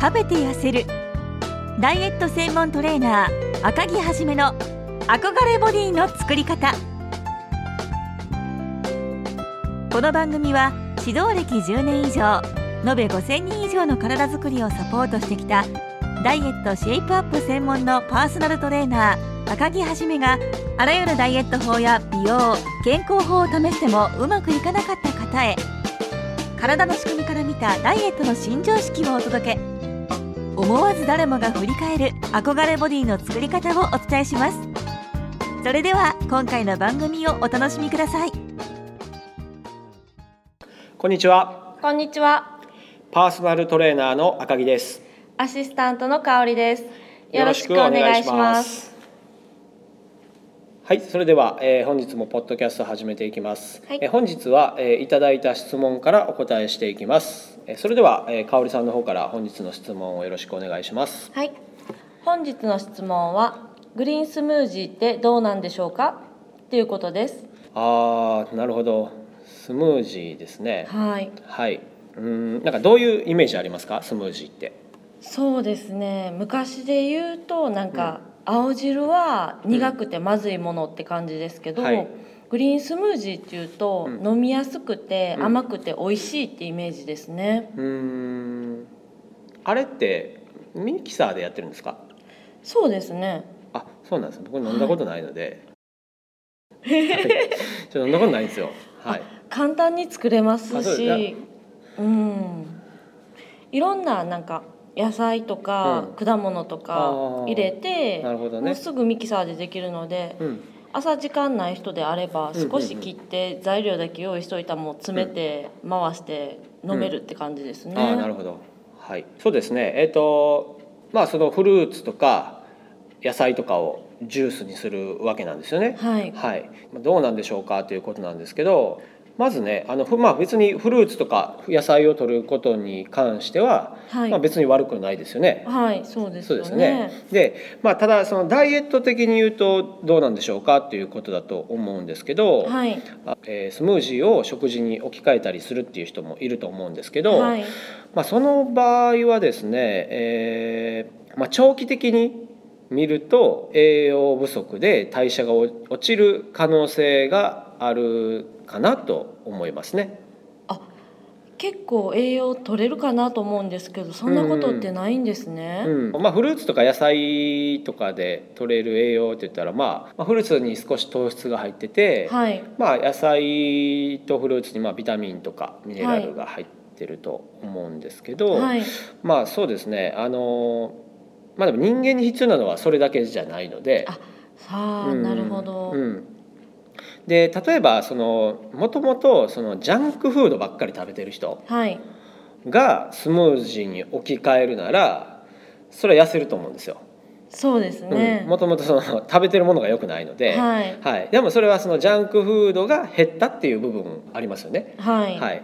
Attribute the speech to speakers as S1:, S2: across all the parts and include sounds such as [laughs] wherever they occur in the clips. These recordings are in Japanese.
S1: 食べて痩せるダイエット専門トレーナー赤木はじめの憧れボディの作り方この番組は指導歴10年以上延べ5000人以上の体づくりをサポートしてきたダイエットシェイプアップ専門のパーソナルトレーナー赤木はじめがあらゆるダイエット法や美容健康法を試してもうまくいかなかった方へ体の仕組みから見たダイエットの新常識をお届け思わず誰もが振り返る憧れボディの作り方をお伝えしますそれでは今回の番組をお楽しみください
S2: こんにちは。
S3: こんにちは。
S2: パーソナルトレーナーの赤木です。
S3: アシスタントの香りです。よろしくお願いします。。
S2: はい、それでは、えー本日もポッドキャスト始めていきます。
S3: はい
S2: えー本日は、えーいただいた質問からお答えしていきます。えーそれでは、えー、香織さんの方から本日の質問をよろしくお願いします。
S3: はい。本日の質問はグリーンスムージーってどうなんでしょうかっていうことです。
S2: あー、なるほど。スムージーですね。
S3: はい。
S2: はい。うーん、なんかどういうイメージありますか、スムージーって。
S3: そうですね。昔で言うとなんか、青汁は苦くてまずいものって感じですけど、
S2: はい
S3: グリーンスムージーっていうと、
S2: うん
S3: 飲みやすくて
S2: うん
S3: 甘くて美味しいってイメージですね。
S2: うーん。あれってミキサーでやってるんですか。
S3: そうですね。
S2: あそうなんです僕飲んだことないので、はい [laughs] ちょっと飲んだことないんですよはい
S3: 簡単に作れま
S2: あ
S3: す
S2: そうです
S3: しうんいろんななんか野菜とか
S2: う
S3: 果物と
S2: あ
S3: か
S2: ー
S3: 入れて、
S2: なるほど
S3: もう
S2: ね
S3: すぐミキサーでできるので
S2: うん
S3: 朝時間ない人であれば
S2: うんうんうん
S3: 少し切って材料だけ用意しといたもう詰めて回して飲めるって感じですね。
S2: ああなるほどはいそうですねえっ、とまあそのフルーツとか野菜とかをジュースにするわけなんですよね
S3: はい、
S2: はい、まあどうなんでしょうかということなんですけどまずねあの、ふまあ、別にフルーツとか野菜を取ることに関しては、
S3: はい
S2: まあ、別に悪くないですよね。
S3: はい、そうです
S2: そう
S3: よ
S2: で
S3: ね。
S2: すね。で、まあただそのダイエット的に言うとどうなんでしょうかっていうことだと思うんですけど、
S3: はい、
S2: あえースムージーを食事に置き換えたりするっていう人もいると思うんですけど、
S3: はい、
S2: まあその場合はですね、えーまあ長期的に見ると栄養不足で代謝が落落ちる可能性があるかなと思いますね。
S3: 結構栄養取れるかなと思うんですけど、そんなことってないんですね。
S2: うんまあ、フルーツとか野菜とかで取れる栄養って言ったら、まあ、まあフルーツに少し糖質が入ってて、
S3: はい、
S2: まあ、野菜とフルーツにまあビタミンとかミネラルが入ってると思うんですけど、
S3: はい、
S2: まあそうですねあのまあでも人間に必要なのはそれだけじゃないので。
S3: さあ、
S2: うん
S3: なるほど。
S2: うんで例えばそのもともとそのジャンクフードばっかり食べてる人
S3: はい、
S2: がスムージーに置き換えるならそれは痩せると思うんですよ。
S3: そうですね。
S2: もともとその食べてるものが良くないので、い
S3: はい、
S2: でもそれはそのジャンクフードが減ったっていう部分ありますよね。
S3: はい、
S2: はい、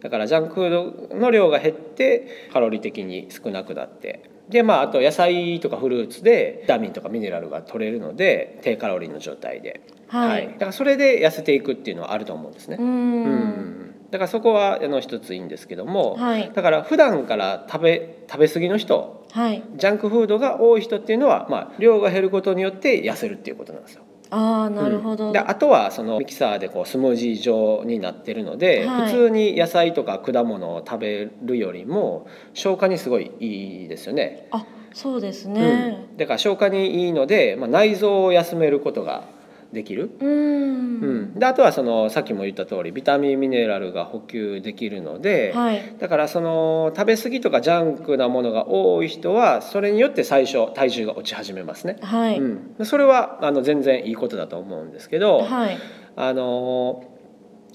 S2: だからジャンクフードの量が減ってカロリー的に少なくなってでまああと野菜とかフルーツでビタミンとかミネラルが取れるので低カロリーの状態で、
S3: はい、
S2: だからそれで痩せていくっていうのはあると思うんですね
S3: うー。ん
S2: う、んだからそこはあの一ついいんですけども、
S3: はい、
S2: だから普段から食べ食べ過ぎの人
S3: はい、
S2: ジャンクフードが多い人っていうのは、まあ、量が減ることによって痩せるっていうことなんですよ。
S3: ああ、なるほど。
S2: うんであとはそのミキサーでこうスムージー状になってるので、
S3: はい
S2: 普通に野菜とか果物を食べるよりも消化にすごいいいですよね。
S3: あ、そうです
S2: う
S3: ね。
S2: ん、だから消化にいいので、まあ、内臓を休めることができる。
S3: うーん、
S2: うん、であとはそのさっきも言った通りビタミンミネラルが補給できるので、
S3: はい、
S2: だからその食べ過ぎとかジャンクなものが多い人はそれによって最初体重が落ち始めますね。
S3: はい、
S2: うん、それはあの全然いいことだと思うんですけど、
S3: はい、
S2: あの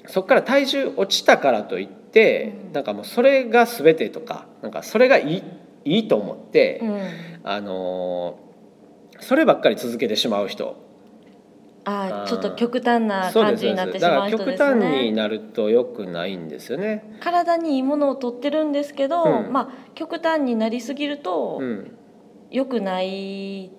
S2: ーそこから体重落ちたからといって、
S3: うん
S2: なんかもうそれが全てとかなんかそれがいいいいと思って、
S3: うん、
S2: あのーそればっかり続けてしまう人
S3: あ
S2: あー
S3: あ、ちょっと極端な
S2: そう
S3: 感
S2: です
S3: じ
S2: そう
S3: になっ
S2: で
S3: て
S2: す
S3: し
S2: だか
S3: まう
S2: ら
S3: 人で
S2: 極
S3: す
S2: 端に
S3: ね。
S2: なると良くないんですよね。
S3: 体にいいものを取ってるんですけど、
S2: うん
S3: まあ極端になりすぎると
S2: うん
S3: 良くない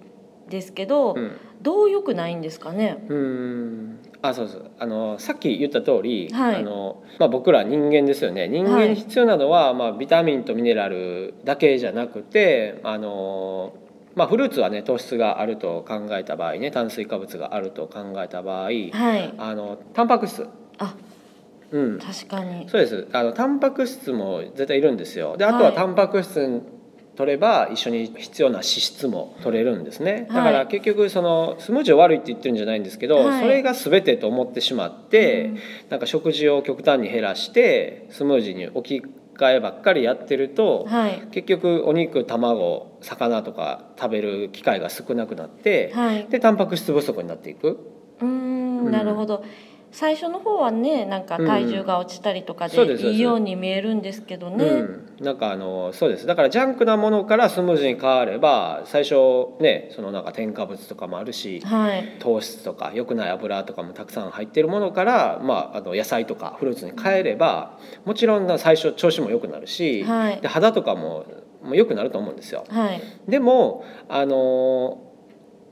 S3: ですけど、
S2: うん
S3: どう良くないんですかね。
S2: うんあそうそうあのさっき言った通り、
S3: はい
S2: あのまあ、僕ら人間ですよね人間に必要なのは、まあ、ビタミンとミネラルだけじゃなくてあの、まあ、フルーツはね糖質があると考えた場合ね炭水化物があると考えた場合
S3: はい
S2: あのタンパク質、
S3: あ
S2: うん、
S3: 確かに
S2: そうですあのタンパク質も絶対いるんですよであとは
S3: は
S2: いタンパク質取れば一緒に必要な脂質も取れるんですね
S3: は
S2: だ
S3: い
S2: から結局そのスムージーを悪いって言ってるんじゃないんですけど、
S3: はい
S2: それが全てと思ってしまって、なんか食事を極端に減らしてスムージーに置き換えばっかりやってると、
S3: うんはい
S2: 結局お肉卵魚とか食べる機会が少なくなって、
S3: はい
S2: でタンパク質不足になっていく
S3: うーんなるほど最初の方はねなんか体重が落ちたりとか
S2: うんそうで
S3: です
S2: そうです
S3: いいように見えるんですけどね、
S2: うん、なんかあのそうですだからジャンクなものからスムージーに変われば最初ねそのなんか添加物とかもあるし
S3: はい
S2: 糖質とか良くない油とかもたくさん入ってるものから、まあ、あの野菜とかフルーツに変えればもちろんな最初調子も良くなるし、
S3: はい
S2: で肌とかももう良くなると思うんですよ。
S3: はい
S2: でもあの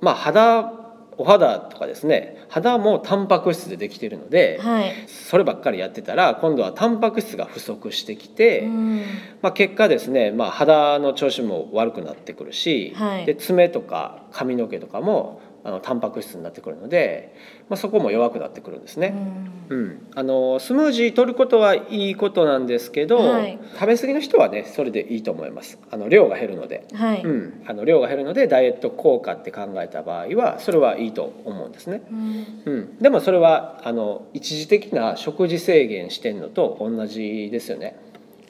S2: まあ肌お肌とかですね肌もタンパク質でできてるので、
S3: はい、
S2: そればっかりやってたら今度はタンパク質が不足してきて。
S3: うん
S2: まあ、結果ですね、まあ、肌の調子も悪くなってくるし、
S3: はい
S2: で爪とか髪の毛とかもあのタンパク質になってくるので、まあ、そこも弱くなってくるんです
S3: う
S2: ね。
S3: ん
S2: うんあのスムージー取ることはいいことなんですけど、
S3: はい
S2: 食べ過ぎの人はねそれでいいと思いますあの量が減るので、
S3: はい、
S2: うん、あの量が減るのでダイエット効果って考えた場合はそれはいいと思うんですね、
S3: うん
S2: うん、でもそれはあの一時的な食事制限してんのと同じですよね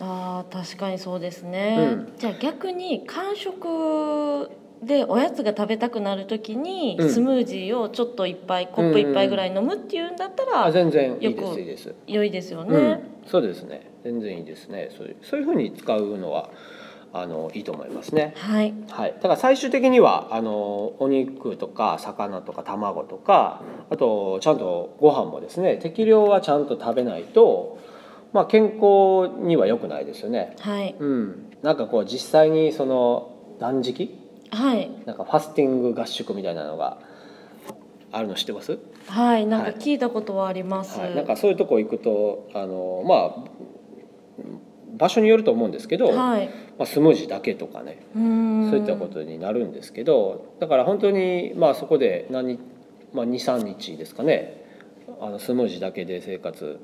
S3: あー確かにそうですね、
S2: う
S3: じゃあ逆に間食でおやつが食べたくなるときに
S2: うん
S3: スムージーをちょっと一杯コップ一杯ぐらい飲むっていうんだった
S2: あ
S3: ら
S2: 全然いいで
S3: よ
S2: す
S3: く
S2: いいです、
S3: 良いですよ
S2: う
S3: ね
S2: ん、そうですね全然いいですねそういうそういうふうに使うのはあのいいと思いますね
S3: はい
S2: はい、だから最終的にはあのお肉とか魚とか卵とかあとちゃんとご飯もですね適量はちゃんと食べないと、まあ、健康には良くないですよね。
S3: はい
S2: うん、なんかこう実際にその断食
S3: はい
S2: なんかファスティング合宿みたいなのがあるの知ってます
S3: はいなんか聞いたことはあります、
S2: はい、なんかそういうとこ行くとあのまあ場所によると思うんですけど、ま
S3: はい
S2: あ、スムージーだけとかね
S3: うーん
S2: そういったことになるんですけどだから本当にまあそこで何、まあ、23日ですかねあのスムージーだけで生活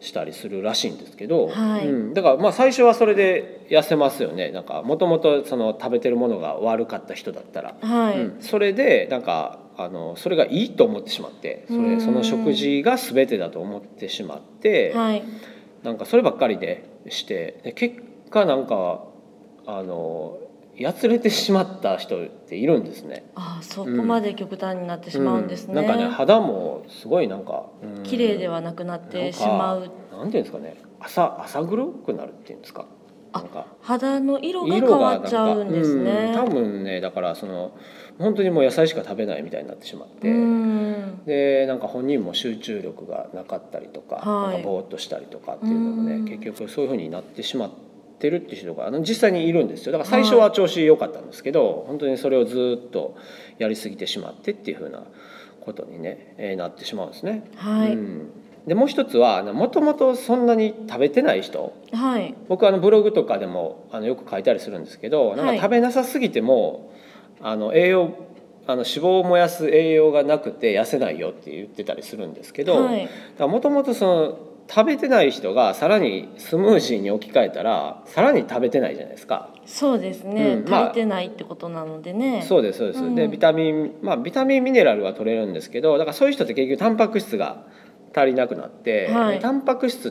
S2: したりするらしいんですけど、
S3: はい
S2: うん、だからまあ最初はそれで痩せますよねなんかもともとその食べてるものが悪かった人だったら。
S3: はい、
S2: うんそれでなんかあのそれがいいと思ってしまってそうれ
S3: ん
S2: その食事が全てだと思ってしまって、
S3: はい
S2: なんかそればっかりでしてで結果なんかあのやつれてしまった人っているんですね。
S3: あーそこまで極端になってしまうんですね、
S2: うんなんかね肌もすごいなんかうん
S3: 綺麗ではなくなってしまう
S2: なんていうんですかね朝朝黒くなるっていうんですか。
S3: あ
S2: なんか
S3: 肌の色が変
S2: 色が
S3: わっちゃうんです
S2: な
S3: ね
S2: んかうん多分ねだからその本当にもう野菜しか食べないみたいになってしまって。
S3: うん
S2: でなんか本人も集中力がなかったりとか,、
S3: はい
S2: なんかぼーっとしたりとかっていうのも
S3: う
S2: ね
S3: ん
S2: 結局そういうふうになってしまってるっていう人があの実際にいるんですよだから最初は調子良かったんですけど、本当にそれをずっとやりすぎてしまってっていうふうなことに、ねえーなってしまうんですね。
S3: はい、
S2: うんでもう一つはもともとそんなに食べてない人
S3: はい
S2: 僕あのブログとかでもあのよく書いたりするんですけどなん
S3: は
S2: か
S3: い
S2: 食べなさすぎても、あの栄養あの脂肪を燃やす栄養がなくて痩せないよって言ってたりするんですけど
S3: はい
S2: もともとその食べてない人がさらにスムージーに置き換えたらさらに食べてないじゃないですか。
S3: そうですね、
S2: うんまあ
S3: 足りてないってことなのでね
S2: そうですそうです、
S3: うん
S2: でビタミンまあビタミンミネラルは取れるんですけどだからそういう人って結局タンパク質が足りなくなって、
S3: はい
S2: でタンパク質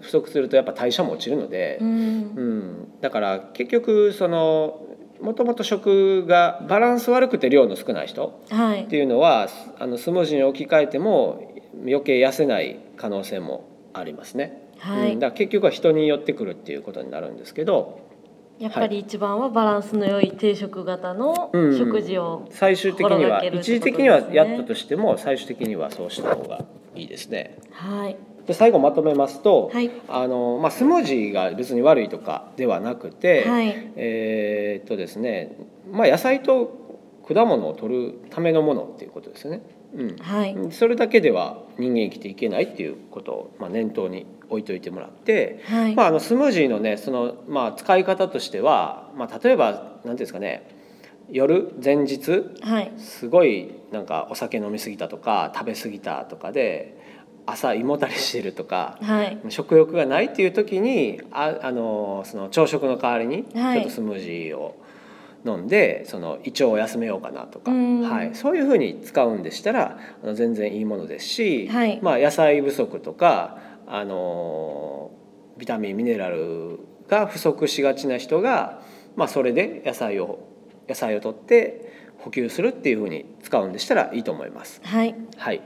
S2: 不足するとやっぱ代謝も落ちるので、
S3: うん
S2: うん、だから結局そのもともと食がバランス悪くて量の少ない人
S3: はい
S2: っていうのはあのスムージーに置き換えても余計痩せない可能性もありますね、
S3: はい、
S2: うんだから結局は人によってくるっていうことになるんですけど
S3: やっぱり一番はバランスの良い定食型の
S2: うん
S3: 食事を、
S2: 最終的に
S3: 心が
S2: は、
S3: けるってことです
S2: 一
S3: ね
S2: 時的にはやったとしても最終的にはそうした方がいいですね。
S3: はい
S2: で最後まとめますと、
S3: はい
S2: あのまあ、スムージーが別に悪いとかではなくて、
S3: はい
S2: えーっとですね、まあ、野菜と果物を取るためのものっていうことですよね。うん
S3: はい、
S2: それだけでは人間生きていけないっていうことを、まあ、念頭に置いといてもらって、
S3: はい、
S2: まあ、あのスムージーのねその、まあ、使い方としては、まあ、例えば何ていうんですかね夜前日
S3: はい、
S2: すごいなんかお酒飲み過ぎたとか食べ過ぎたとかで朝胃もたれしてるとか
S3: はい、
S2: 食欲がないっていう時にああのその朝食の代わりにち
S3: はい
S2: ょっとスムージーを飲んで、その胃腸を休めようかなとか、
S3: うん
S2: はい、そういうふうに使うんでしたらあの全然いいものですし、
S3: はい
S2: まあ、野菜不足とかあのビタミンミネラルが不足しがちな人が、まあ、それで野菜を野菜を取って補給するっていうふうに使うんでしたらいいと思います。
S3: はい、
S2: はい、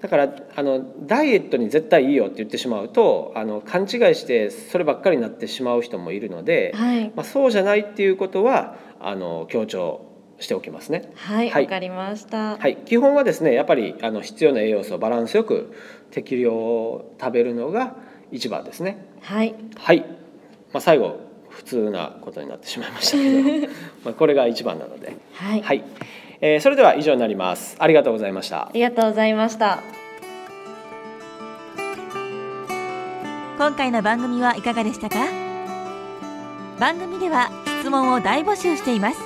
S2: だからあのダイエットに絶対いいよって言ってしまうとあの勘違いしてそればっかりになってしまう人もいるので、
S3: はい、
S2: まあ、そうじゃないっていうことはあの強調しておきますね。
S3: はい、
S2: はい
S3: わかりました。
S2: はい、基本はですねやっぱりあの必要な栄養素をバランスよく適量食べるのが一番ですね。
S3: はい、
S2: はい、まあ、最後普通なことになってしまいましたけど
S3: [laughs]
S2: まあこれが一番なので、
S3: はい、
S2: はいえーそれでは以上になります。ありがとうございました
S3: ありがとうございました。
S1: 今回の番組はいかがでしたか番組では質問を大募集しています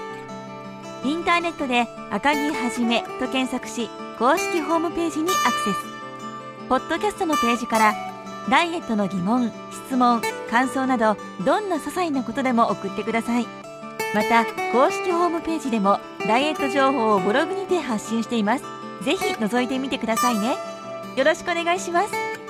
S1: インターネットで「赤木はじめ」と検索し公式ホームページにアクセスポッドキャストのページからダイエットの疑問質問感想などどんな些細なことでも送ってくださいまた公式ホームページでもダイエット情報をブログにて発信していますぜひ覗いてみてくださいねよろしくお願いします